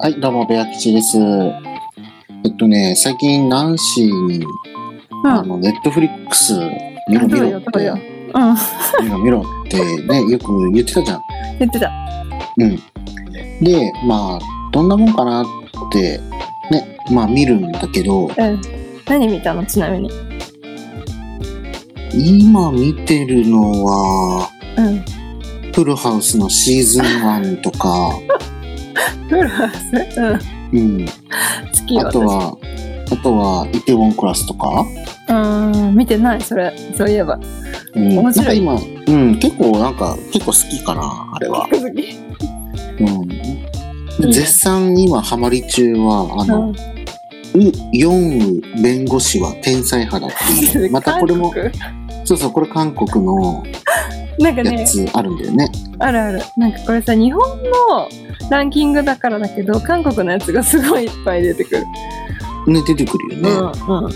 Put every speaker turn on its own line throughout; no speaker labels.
はい、どうも、ベア吉です。えっとね、最近、ナンシーに、
う
あ
ん。
の、ネットフリックス、見ろ見
どう
ろ
よ
っ
どう
て
よ、うん。
見ろ見ろってね、 よく言ってたじゃん。
言ってた。
うん。で、まあ、どんなもんかなって、ね、まあ見るんだけど、
うん。何見たのちなみに。
今見てるのは、
うん。
フルハウスのシーズン1とか、
フルハウスうん。
うん。
好きよ。
あとは、あとは、イテウォンクラスとか、
私。うん。見てない、それ。そういえば。
うん、な
面
んか
白い
今、うん、結構なんか、結構好きかな、あれは。
好き。
うん。で絶賛今ハマり中は、あ
う
の
ん、。
う、四う弁護士は天才派だって いう。またこれも、
韓
そうそう、これ韓国の
国なんか
や
ね、
つあるんだよね。
あるある。なんかこれさ、日本のランキングだからだけど、韓国のやつがすごいいっぱい出てくる。
ね、出てくるよ
う
ね。
ん。うん。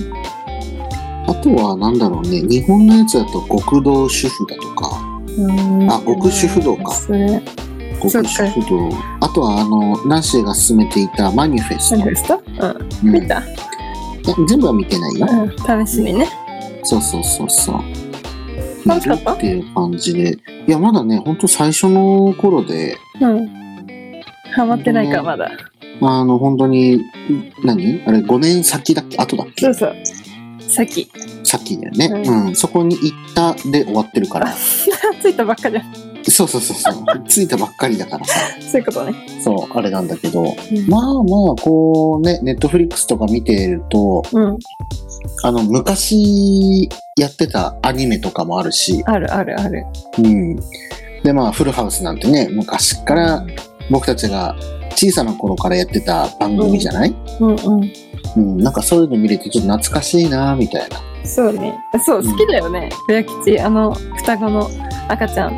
あとはなんだろうね、日本のやつだと極道主婦だとか、
うん
あ極主婦道か
それ。
極道主婦道。あとはあの、ナンシーが勧めていたマニフェス
何
ト
で。したうん。
うん
見た
いや全部は見てないよ。
うん。試しにね。
そうそうそうそう。
楽しかった
見るっていう感じで。いや、まだね、ほんと最初の頃で、
うん。ハマってないか、
うん
まだ。
あの、本当に、ん何あれ、5年先だっけ後だっけ
そうそう。先。
先だよね、
う
うん。そこに行ったで終わってるから。
ついたばっかじゃん。
そうそうそうそう。着いたばっかりだからさ。
そういうことね。
そう、あれなんだけど。
うん
まあまあ、こうね、ネットフリックスとか見てると、
うん。
あの、昔やってたアニメとかもあるし、
あるあるある。
うん。で、まあ、フルハウスなんてね、昔から僕たちが小さな頃からやってた番組じゃない、
うんうん。
うん、なんかそういうの見れてちょっと懐かしいなみたいな。
そうね。そう、
うん
好きだよね。ベア吉、あの、双子の赤ちゃん。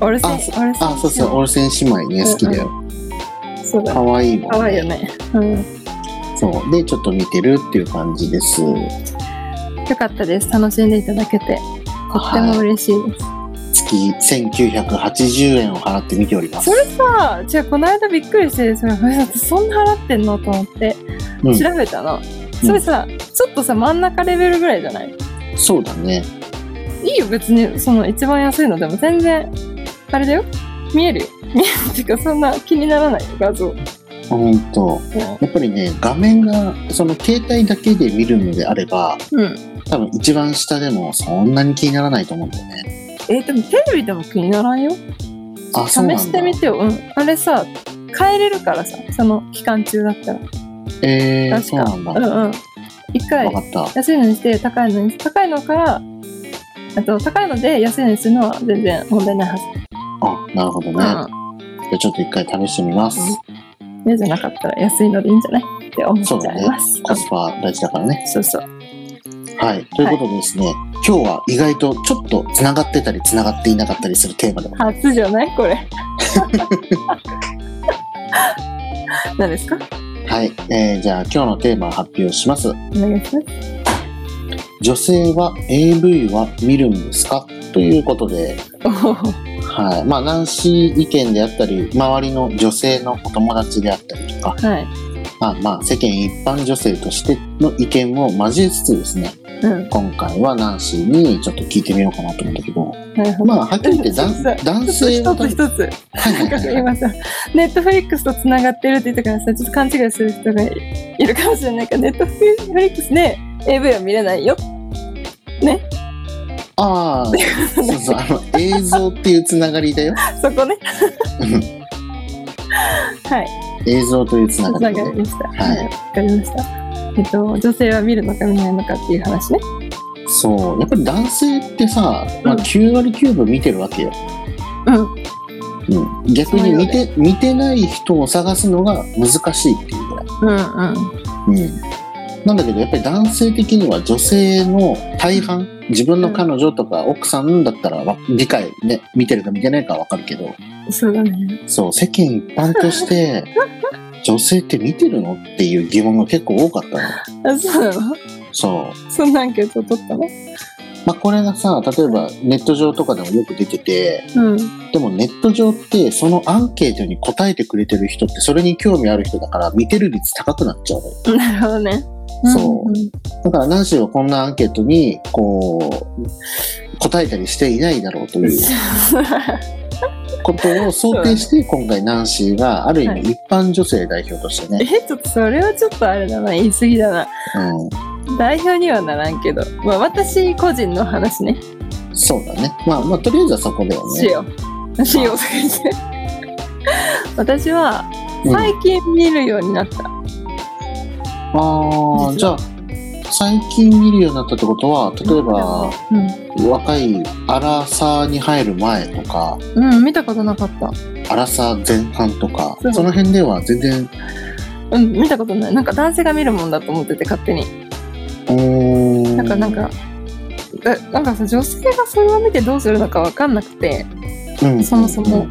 お俺せん、
あ
俺せん。
あ、そうそう、オルセン姉妹ね、好きだよ。
そうだ
可
ね。
愛いもん、
かわいいよ。ね。うん。よ
そう。で、ちょっと見てるっていう感じです。
かったです。楽しんでいただけて。とっても
は
嬉しいです。
い。月1980円を払って見ております。
それさ、じゃあ、この間びっくりして、それ、私そんな払ってんのと思って、
うん
調べたの。それさ、ちょっとさ、真ん中レベルぐらいじゃない
そうだね。
いいよ別にその一番安いのでも全然あれだよ見えるよ見える っていうかそんな気にならないよ画像、
ほんと。やっぱりね、画面が、その携帯だけで見るのであれば、
うん、
多分一番下でもそんなに気にならないと思うんだよね。
えーでもテレビでも気にならんよ
あ、
試
そうなんだ。
してみてよ、うん、あれさ変えれるからさその期間中だったら
えー、
確
そう
か
なんだ。
う
わ
んうん一回
かった。
安いのにして高いのに高いのからあと高いので安いのにするのは全然問題ないはず、
あ、なるほどね。じゃあちょっと一回試してみます。
うん嫌じゃなかったら安いのでいいんじゃないって思っちゃいます
コスパ大事だからね。
そうそう
はい。ということでですね、今日は意外とちょっと繋がってたり繋がっていなかったりするテーマでも。
初じゃないこ れ何ですか
はい。えー、じゃあ今日のテーマを発表します。
お願いします
女性は AV は見るんですかということで、
お
はい。まあ、ナンシー意見であったり、周りの女性のお友達であったりとか、
ーはい
まあまあ、世間一般女性としての意見を交えつつですね、
うん
今回はナンシーにちょっと聞いてみようかなと思うんだけど、
なるほど
まあ、はっきり言ってだ
そうそう
男
ちょ
性は
っと一つ一つ
はいはい
なんか
はい
今さネットフリックスとつながってるって言ったからさちょっと勘違いする人がいるかもしれないからネットフリックスで AV は見れないよ
ああ、そうそう、あの、映像っていうつながりだよ。
そこね
うん
はい
映像というつな
つ
が
な
りで
が。りでした
はい
わかりましたえっと女性は見るのか見ないのかっていう話ね
そう、やっぱり男性ってさ、まあ、
うん
9割9分見てるわけよ。
うん
うん、逆に見て、見てない人を探すのが難しいっていうぐらい。
うんうん
うん。なんだけど、やっぱり男性的には女性の大半、自分の彼女とか奥さんだったらわ理解ね、見てるか見てないかわかるけど、
そうだね。
そう、世間一般と して、女性って見てるのっていう疑問が結構多かったの。
あ、そうなの
そう。
そんなアンケート取ったの
まあ、これがさ例えばネット上とかでもよく出てて
うん。
でもネット上ってそのアンケートに答えてくれてる人ってそれに興味ある人だから見てる率高くなっちゃうのよ
なるほどね。
そうん
ん
だからナンシーはこんなアンケートにこう答えたりしていないだろうということを想定して今回ナンシーがある意
はい
味一般女性代表として ね、
えちょっとそれはちょっとあれだな言い過ぎだな代表にはならんけど、まあ、私個人の話ね
うん、そうだねまあまあとりあえずはそこだよ
し
ね
ようしようとか 言って私は最近見るようになった、
ああじ
実
ゃあ最近見るようになったってことは例えば
うん
若いアラサーに入る前とか
うん、見たことなかった
アラサー前半とか
そう
その辺では全然
うん見たことないなんか男性が見るもんだと思ってて勝手に
うーん
なんかなんかだなんかさ女性がそれを見てどうするのか分かんなくて
うん
そもそも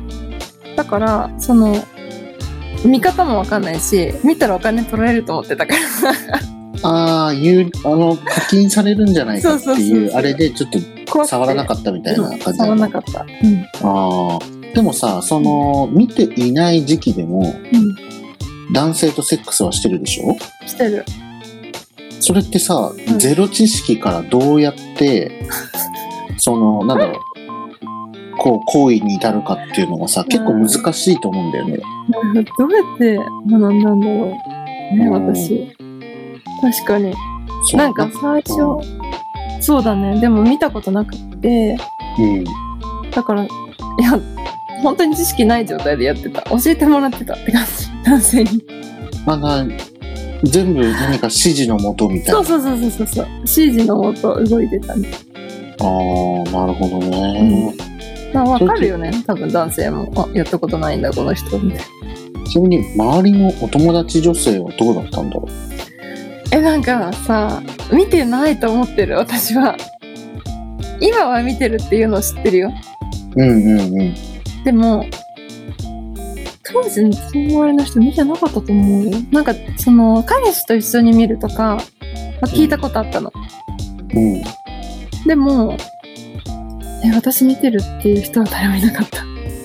だからその見方も分かんないし見たらお金取られると思ってたから
ああいうあの課金されるんじゃないかって
そうそう
い
そう
う
そう
あれでちょっと
怖くて
触らなかったみたいな感じな
触ら
の
なかったうん
あーでもさその見ていない時期でも
うん
男性とセックスはしてるでしょ
してる
それってさ、
ん
ゼロ知識からどうやって そのなんだろうこう行為に至るかっていうのがさ結構難しいと思うんだよね。
なんかどうやって学んだんだろうね私確かに
そう
なんか最初そうだねでも見たことなくって
うん
だからいや本当に知識ない状態でやってた教えてもらってたって感じ男性に
なんか全部何か指示のもとみたいな。
そうそうそうそうそうそう指示のもと動いてたね
ああなるほどね。
まあわかるよね多分男性もあやったことないんだこの人みたいな
ちなみに周りのお友達女性はどうだったんだろう
えなんかさ見てないと思ってる私は今は見てるっていうのを知ってるよ
うんうんうん。
でも当時の友りの人見てなかったと思うよなんかその彼氏と一緒に見るとか、まあ聞いたことあったの、
うん、
でもえ私見てるっていう人は誰もいなかった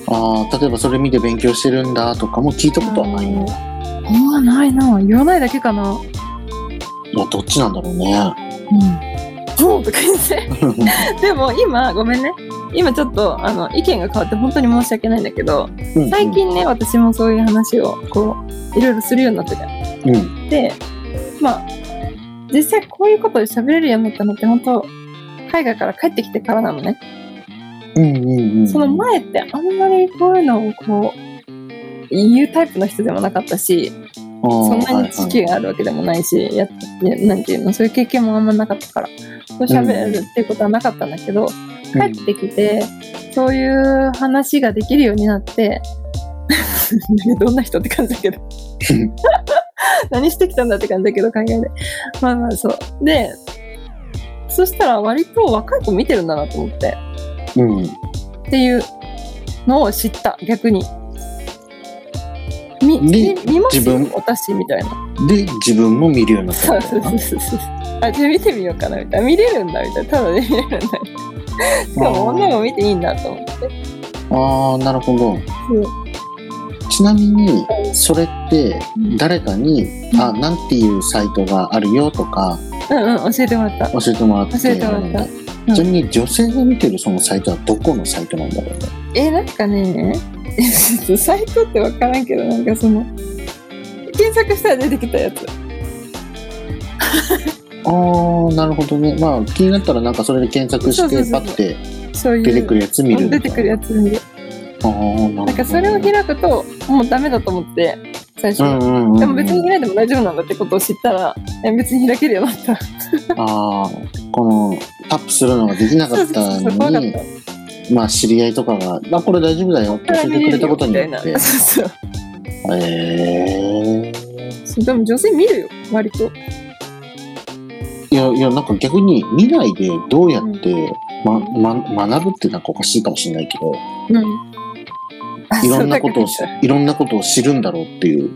ああ例えばそれ見て勉強してるんだとかも聞いたことはないの、
ああないな言わないだけかなうん
いやどっちなんだろうね。
そうとか言ってでも今ごめんね今ちょっとあの意見が変わって本当に申し訳ないんだけど
うん
最、近ね私もそういう話をこういろいろするようになってた
うん
でまあ実際こういうことで喋れるようになったのって本当海外から帰ってきてからなのね
うんうんうん、
その前ってあんまりこういうのをこう言うタイプの人でもなかったしそ
そ
んなに知識があるわけでもないし、ややなんていうのそういう経験もあんまなかったからそう喋れるっていうことはなかったんだけど、帰ってきて、そういう話ができるようになって、 どんな人って感じだけ ど、何してきたんだって感じだけど、考えで。まあまあそう。で、そしたら割と若い子見てるんだなと思って、
うん、うん、
っていうのを知った、逆に。み、
で
み見ます
自分
私みたいな。
で自分も見るようになった
そ
ん
う
だ
そう
よ
そうそうそう。あ、じゃあ見てみようかなみたいな。見れるんだみたいな。ただで見れるんだみたいな。しかも女も見ていいんだと思って。
なああなるほど
そう
ちなみにそれって
うん
誰かに、
うん
あなんていうサイトがあるよとか
うんうん、教えてもらった。
教えてもらって
教えてもらったうん
ちなみに女性が見てるそのサイトはどこのサイトなんだろうね
え、なんかね、サイトってわからんけど、なんかその、検索したら出てきたやつ。
ああなるほどねまあ気になったらなんかそれで検索
そ
し
うそう
てパ
そうそう
ッて
そういう。
出てくるやつ見るみた
出
い
てくる
な
やつ見る。
あーなるほど
なんかそれを開くと、もうダメだと思って、最初。
うんうんうんうん
でも別に開いても大丈夫なんだってことを知ったら、え別に開けるようになった。
ああこのタップするのができなか
そう
っ
そう
た
そう、怖
の
かっ
に
た。
まあ知り合いとかが「あこれ大丈夫だよ」って教えてくれたことによって
そうそう
へえ
そう。でも女性見るよ、割と。
いやいやなんか逆に未来でどうやって、まま、学ぶってなんかおかしいかもしれないけど
うん。
いろんなことをしいろんなことを知るんだろうっていう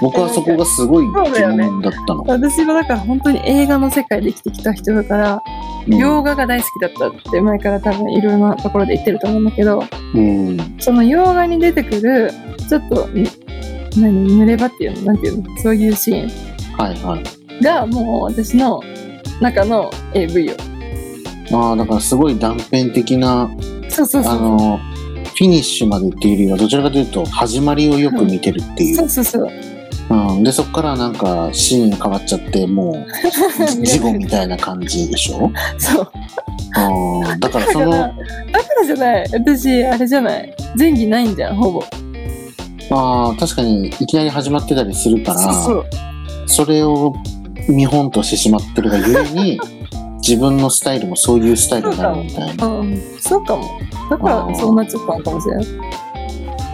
僕はそこがすごい疑
そうだよね
問だったの、
私はだから本当に映画の世界で生きてきた人だから、洋画が大好きだったって前から多分いろんなところで言ってると思うんだけど
うん、うん
その洋画に出てくるちょっとん何濡れ場っていうのなんていうのそういうシーン
はいはい
がもう私の中の AV よ
ああだからすごい断片的な
そうそう
あ
そう
のフィニッシュまでっていうよりはどちらかというと始まりをよく見てるっていう
そうそうそう
うん、でそこからなんかシーン変わっちゃっても う事故みたいな感じでしょ
そう
あだから
だ
そ
か
の
らだからじゃない私あれじゃない前戯ないんじゃんほぼ
まあ確かにいきなり始まってたりするから
そうそう
それを見本としてしまってるがゆえに 自分のスタイルもそういうスタイルになるみたいな
うん、そうかも。だか
あー
らそうなっちゃったのかもしれない。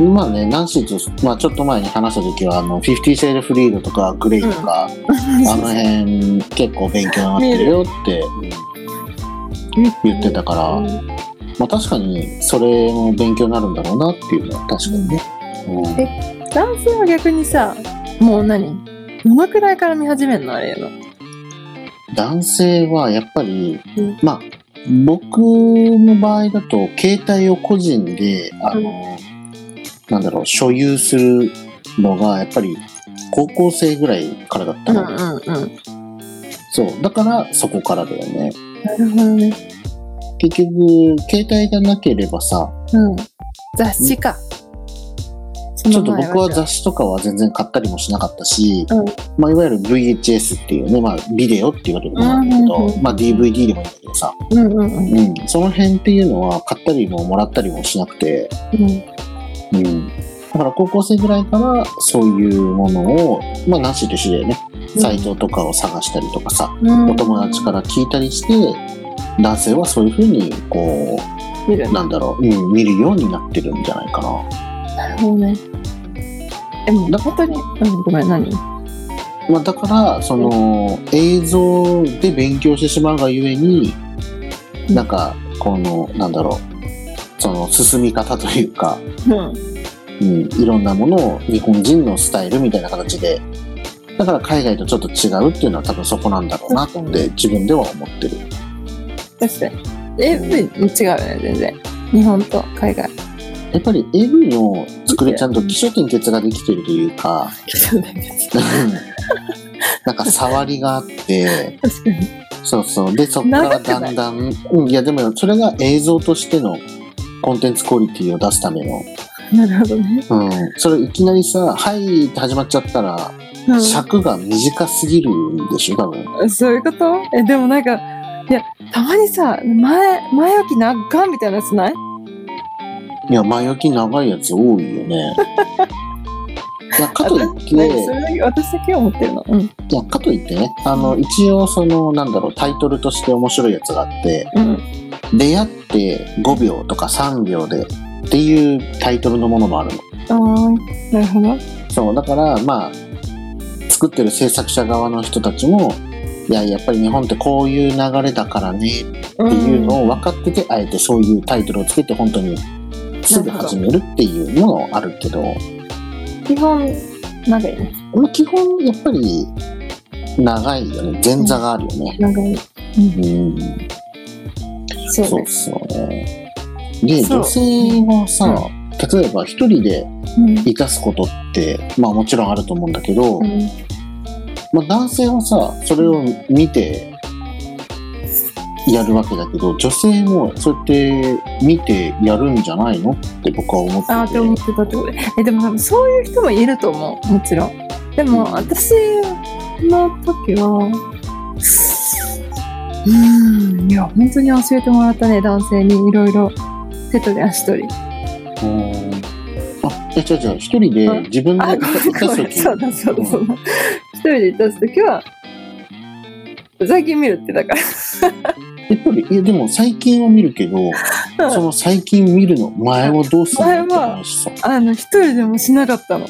まあねナンシーと、まあ、ちょっと前に話した時はあの「50セールフリード」とか「グレイ」とか、あの辺結構勉強になってるよって言ってたから、
うん
まあ、確かにそれも勉強になるんだろうなっていうのは確かにね、うん
え男性は逆にさ、もう何どのくらいから見始めるのあれの。
男性はやっぱり、
うん
まあ僕の場合だと携帯を個人であの、なんだろう所有するのがやっぱり高校生ぐらいからだったの、
うんうん。
そうだからそこからだよね
なるほどね。
結局携帯がなければさ
うん。雑誌か。そ
ちょ
の
っと
前
僕は
じゃ
雑誌とかは全然買ったりもしなかったし、
うん
まあ、いわゆる VHS っていうね、まあ、ビデオっていうわけでもないんだけど、
うんうんうん
まあ、DVD でもいいんだけどさ、
あうんうんう
う
ん。
ん、その辺っていうのは買ったりももらったりもしなくて、
うん
うん、だから高校生ぐらいからそういうものをまあなしと一緒だよねサイトとかを探したりとかさ、
うん
お友達から聞いたりして男性はそういうふうにこ
見る
うなんだろう、うん、見るようになってるんじゃないかな、
なるほどね。え、もう
だ
本当に、うん、ごめん、何
まあ、だからその映像で勉強してしまうがゆえに
うん
なんかこのなんだろうその進み方というか
うん。
うん、いろんなものを日本人のスタイルみたいな形でだから海外とちょっと違うっていうのは多分そこなんだろうなって
確か
自分では思ってる
確かに。AV 違うよね、全然。日本と 海外。
やっぱり AV の作りちゃんと基礎点結ができてるというか なんか触りがあって
確かに。
そうそうでそこからだんだんうんいやでもそれが映像としてのコンテンツクオリティを出すための、
なるほどね。
うん、それいきなりさ「はい」って始まっちゃったら
うん
尺が短すぎるんでしょ多分。
そういうことえでもなんかいやたまにさ前前置きなっかんみたいなやつない
いや、前置き長いやつ多いよね。 いや、かといって、
なんかそれだけ私だけ思ってるのうん
いや、かといってね、あの、一応その、なんだろう、タイトルとして面白いやつがあって、
うん
出会って5秒とか3秒でっていうタイトルのものもあるの。
あーなるほど
そう、だから、まあ、作ってる制作者側の人たちも、いや、やっぱり日本ってこういう流れだからねっていうのを分かってて、あえてそういうタイトルをつけて本当にすぐ始めるっていうのもあるけど、
うん基本なんかいいね
まあ、基本やっぱり長いよね前座があるよね
なんかいい
うん
そう
そう
で
っ
す
すよねで
そう
女性はさ、例えば一人で
うん
生かすことってまあもちろんあると思うんだけど、
うん
まあ、男性はさそれを見てやるわけだけど女性もそうやって見てやるんじゃないのって僕は思ってて
あーって思ってたってことえでも多分そういう人もいると思うもちろんでも
うん
私の時はうーんいや本当に教えてもらったね男性にいろいろ手取り足取り
うんあえ違う違う一人で自分
あ、
で
ごめん
生か
ご
す
め
時
ん。そうだそうだそうだ。一人で出すときは、最近見るってだか
やっぱり、いやでも最近は見るけど、
ら。
その最近見るの前はどうするのって話さ。
あの、一人でもしなかったの。
あ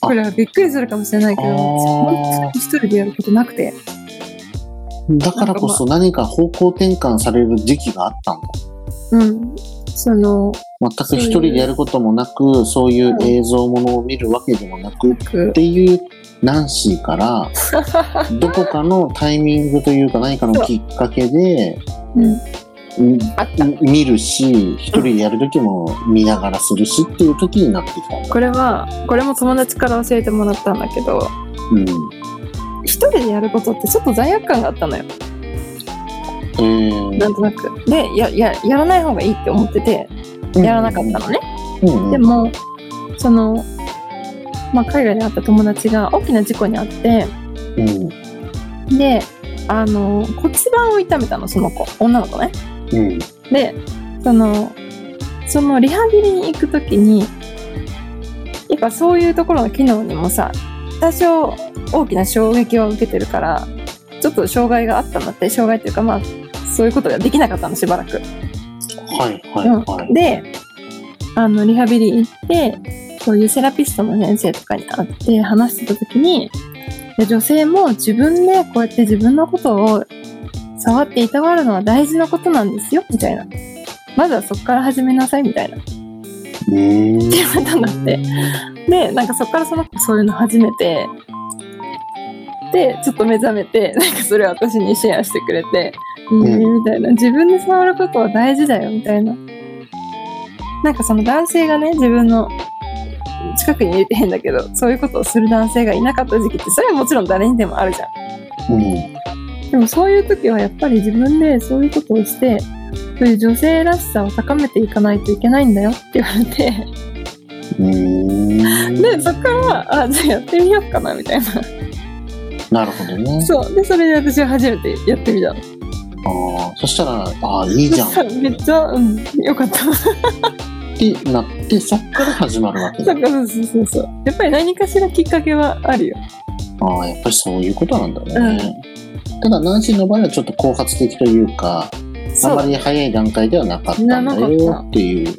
これはびっくりするかもしれないけど、
あー
本当に一人でやることなくて。
だからこそ何か方向転換される時期があったんだ。
うん。その、
全く一人でやることもなく、そういう映像ものを見るわけでもなくっ
く
ていうナンシー から、どこかのタイミングというか何かのきっかけで、
うん、
うん
あった。
見るし、一人でやるときも見ながらするしっていう時になってきた。
これは、これも友達から教えてもらったんだけど、
うん。
一人でやることってちょっと罪悪感があったのよ。
えー
なんとなく。で、や、や、やらない方がいいって思ってて、やらなかったのね。
うんうん
でもその、まあ、海外で会った友達が大きな事故に遭って
うん。
であの骨盤を痛めたのその子女の子ね
うん。
でそのそのリハビリに行く時にやっぱそういうところの機能にもさ多少大きな衝撃を受けてるからちょっと障害があったんだって障害っていうかまあそういうことができなかったのしばらく
はいはいは
うん、
い。
であのリハビリ行ってそういうセラピストの先生とかに会って話してた時にで女性も自分でこうやって自分のことを触っていたわるのは大事なことなんですよみたいなまずはそこから始めなさいみたいなって
うーん
言われたんだってでなんかそこからその子そういうの始めてでちょっと目覚めてなんかそれを私にシェアしてくれて「
ん
えーみたいな自分で触ることは大事だよみたいななんかその男性がね自分の近くにいれて変だけどそういうことをする男性がいなかった時期ってそれはもちろん誰にでもあるじゃん
うん。
でもそういう時はやっぱり自分でそういうことをして、そういう女性らしさを高めていかないといけないんだよって言われて、
うーん。
で、そっから、あ、じゃあやってみようかなみたいな。
なるほどね。
そう。で、それで私は初めてやってみたの。
ああ、そしたら、ああ、いいじゃん
そしたらめっ
っ
ちゃ、うん、よかった。そ
てなって、そっから始まるわけだ。
っか、そうそうそうそう。やっぱり何かしらきっかけはあるよ。
ああ、やっぱりそういうことなんだね。ただ、ナンシーの場合はちょっと後発的というか、あ
そ
ま
う。
り早い段階ではなかったんだ
なかった
よっていう。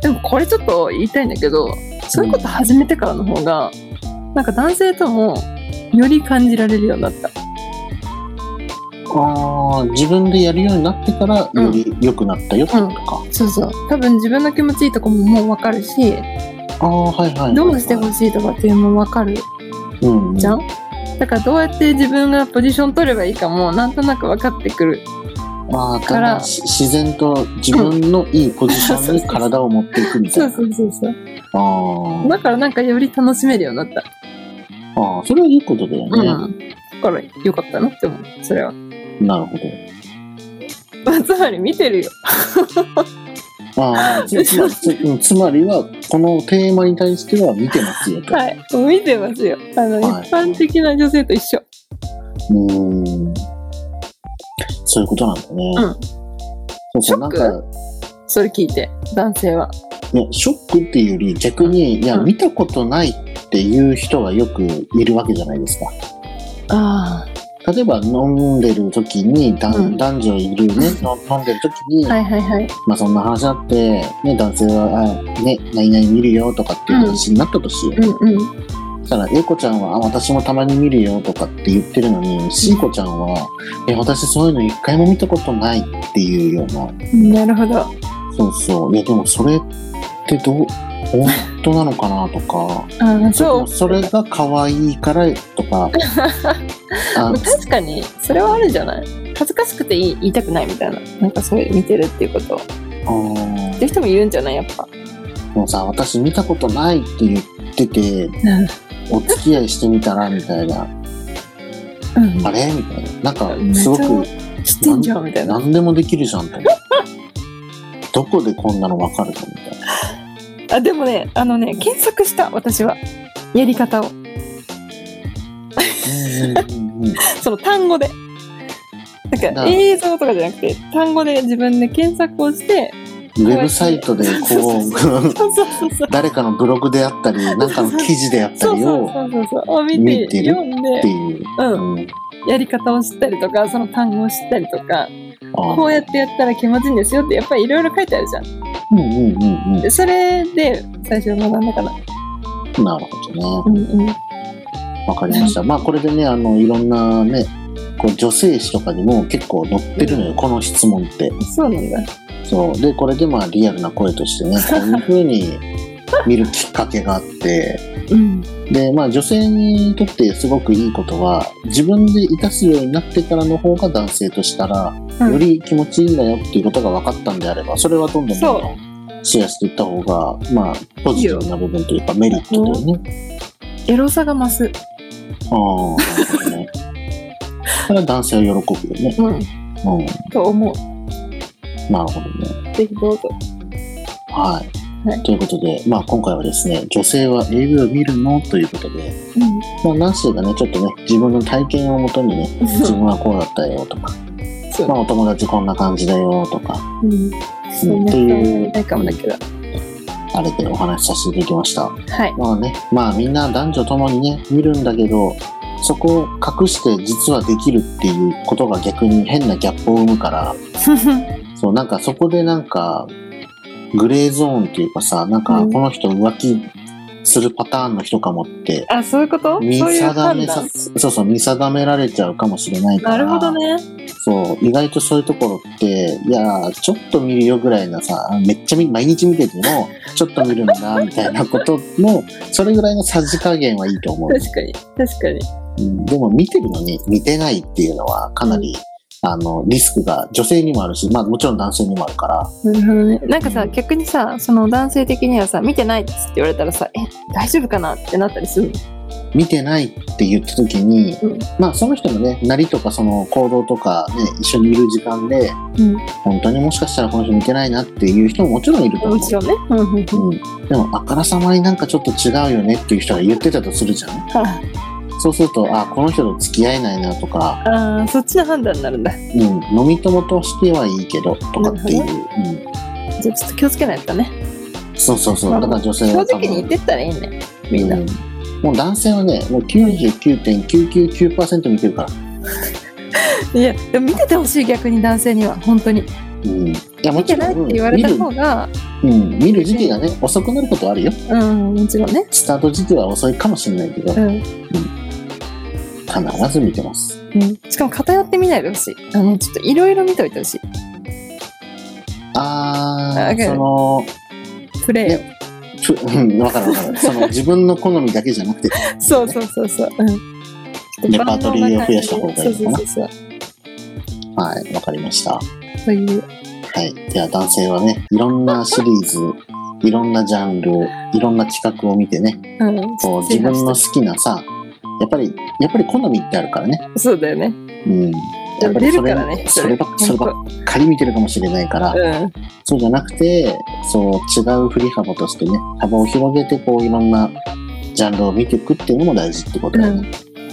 でもこれちょっと言いたいんだけど、そういうこと始めてからの方が、なんか男性とも、より感じられるようになった。
ああ、自分でやるようになってから、より良くなったよってことか。
そうそう。多分自分の気持ちいいとこももうわかるし、
ああ、はいはいはいはい。
どうしてほしいとかっていうのもわかる
うんうん
じゃん、だからどうやって自分がポジション取ればいいかもなんとなく分かってくる
ああ、
か
からら自然と自分のいいポジションに体を持っていくみた
そ
いうな。
そうそうそう
あ
だからなんかより楽しめるようになった
あああ、それはいいことだよ
うん、
ね。
だからよかったなって思うそれは
なるほど。
つまり見てるよ
ああ、 つつまつうんつまりは、このテーマに対しては見てますよと。
はいもう見てますよあの、
はい
一般的な女性と一緒
うーん。そういうことなんだね。
うん
そうそう、
ショ
な
ッ
ん
ク
か、
それ聞いて男性は
ね、ショックっていうより逆に、いや、
うん
見たことないっていう人がよくいるわけじゃないですか。
あ
例えば飲んでる時に、だん
うん
男女いるね、の飲んでる時に、
あはいはいはい
まあそんな話あって、ね、男性は、あね、何々見るよとかっていう話になったとしよう。
うんうん
そしたら、A 子ちゃんは、あ、私もたまに見るよとかって言ってるのに、C 子ちゃんは、え、私そういうの一回も見たことないっていうような、
なるほど
そうそう。いや、でもそれってどう、本当なのかなとか、
ああそう
それが可愛いからと か、あ
確かにそれはあるんじゃない恥ずかしくて言い言いたくないみたいななんかそういう見てるっていうことをっ
あー
ていう人もいるんじゃないやっぱ
もうさ、私見たことないって言ってて、お付き合いしてみたらみたいな、
うん
あれみたいな。なんか、
めっち
す
ゃ
ごく、
知ってんじゃんみたいな
何でもできるじゃんと思って。どこでこんなのわかるのみたいな。
あでもねあのね検索した私はやり方を
うんうんうん
その単語でなん
なる
か
ほど
映像とかじゃなくて単語で自分で検索をして
ウェブサイトでこ う、
そうそうそうそう
誰かのブログであったり、なんかの記事であった
そう
り
そう
を、
そうそうそうを見
見
て
てる
読ん
って
で、
いう。
う、
うんん
やり方を知ったりとかその単語を知ったりとか
あ
こうやってやったら気持ちいいんですよってやっぱりいろいろ書いてあるじゃん
うんうんうんうん
でそれで最初学んだかな。
なるほどね。
うんうん。
わかりました。まあこれでね、あの、いろんなね、こう女性誌とかにも結構載ってるのよ、この質問って。
そうなんだ。
そうでこれでまあリアルな声としてねこういう風に見るきっかけがあって
うん。
でまあ女性にとってすごくいいことは自分で生かすようになってからの方が男性としたら、
うん
より気持ちいいんだよっていうことが分かったんであればそれはどんどんどんどんシェアしていった方がまあポジティブな部分というかメリットだよね。
エロさが増す。
ああーなるほどねそれは男性は喜ぶよね。
うん。
うん、
と思う。
なるほどね。
ぜひどうぞ。
はい。
はい
ということで、まあ、今回はですね、女性は AV を見るのということで、
うん。
まあ、ナンシーがね、ちょっとね、自分の体験をもとにね、自分はこうだったよとか、
そう
まあ、お友達こんな感じだよとか、
うん。そんな人はいないかもだけど。
あれでお話しさせていただきました。
はい。
まあね、まあ、みんな男女ともにね、見るんだけど、そこを隠して実はできるっていうことが逆に変なギャップを生むから、そう、なんかそこでなんか、グレーゾーンっていうかさ、なんか
うん
この人浮気するパターンの人かもって、
あ、そういうことそう
見
いう
定め
判
さ
断。
そうそう見定められちゃうかもしれないか
な
ら
るほどね。
そう意外とそういうところっていやーちょっと見るよぐらいなさめっちゃ見毎日見ててもちょっと見るんだみたいなこともそれぐらいのさじ加減はいいと思う、
確かに。確かに。
うんでも見てるのに見てないっていうのはかなり、あのリスクが女性にもあるし、まあ、もちろん男性にもあるから
なるほどね。なんかさ、逆にさ、その男性的にはさ、見てないですって言われたらさ、え、大丈夫かなってなったりする
見てないって言った時に、
うん
まあその人のねなりとかその行動とか、ね、一緒にいる時間で
の。
本当にもしかしたらこの人見てないなっていう人ももちろんいると
うん。
思う。
もちろんね。うんうんうん。
うん、でもあからさまになんかちょっと違うよねっていう人が言ってたとするじゃん
あ
そうするとあこの人と付き合えないなとか、
あー、そっちの判断になるんだ。
うん、飲み友としてはいいけどとかっていう、う
じゃあちょっと気をつけないとね。
ん、そうそうそう
ま
だ
あ
から女性
正
は多
直に言っ
分
てったらいいね。みんな。
うんもう男性はねもう99.999%見てるから、
いや、でも見ててほしい逆に男性には、本当に。
うん、いやも
見
ち
て
ろ
ないって
ん
言われた方が、
見る,、うん、見る時期がね遅くなることはあるよ
うん、もちろんね。
スタート時期は遅いかもしれないけど
うん。
必ず見てます
うん、しかも偏って見ないでほしい。あの、ちょっといろいろ見といてほしい。
あー
あわかる
その
プレイを。
ふ うん、わかるわかる。その自分の好みだけじゃなくて、
そうそうそうそう。うん。
レパートリーを増やした方がいいのかな
そうそうそう
はい、わかりました。は
そう。そういう。
い。では男性はね、いろんなシリーズ、いろんなジャンルを、いろんな企画を見てね、
うん。
こう自分の好きなさ、やっぱり、やっぱり好みってあるからね。
そうだよね。
うん。やっぱり
出
そ
るか
れ
らね。
そればっそれば
本
っかり見てるかもしれないから
当、うん。
そうじゃなくて、そう違う振り幅としてね、幅を広げて、こういろんなジャンルを見ていくっていうのも大事ってことだよね。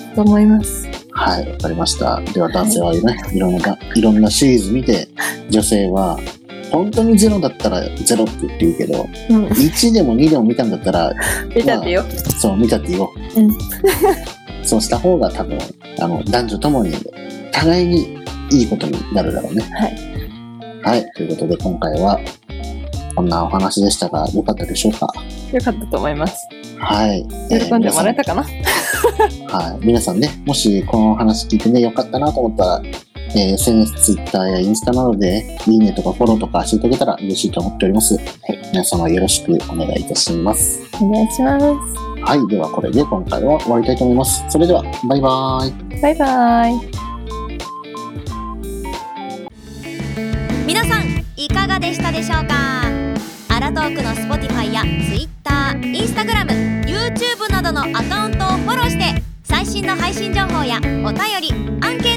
うん。と思います。
はい、わかりました。では男性はね、い、ろんな、いろんなシリーズ見て、女性は、本当にゼロだったらゼロって言って言うけど、
うん。
1でも2でも見たんだったら、
見たってよ。
そう、見たって言おう。
うん
そうした方が多分、あの、男女ともに、互いにいいことになるだろうね。。
は
は
い
い、ということで今回は、こんなお話でしたが、よかったでしょうか
よかったと思います。
はい。えー
喜んでもらえたかな
はい、皆さんね、もしこの話聞いてね、良かったなと思ったら、えー SNS、Twitter やインスタなどで、いいねとかフォローとかしていただけたら嬉しいと思っております。はい、皆様よろしくお願いいたします。
お願いします。
はい、ではこれで今回は終わりたいと思います。それでは、バイバーイ。
バイバイ。
皆さんいかがでしたでしょうかアラトークの Spotify や TwitterInstagramYouTube などのアカウントをフォローして最新の配信情報やお便りアンケート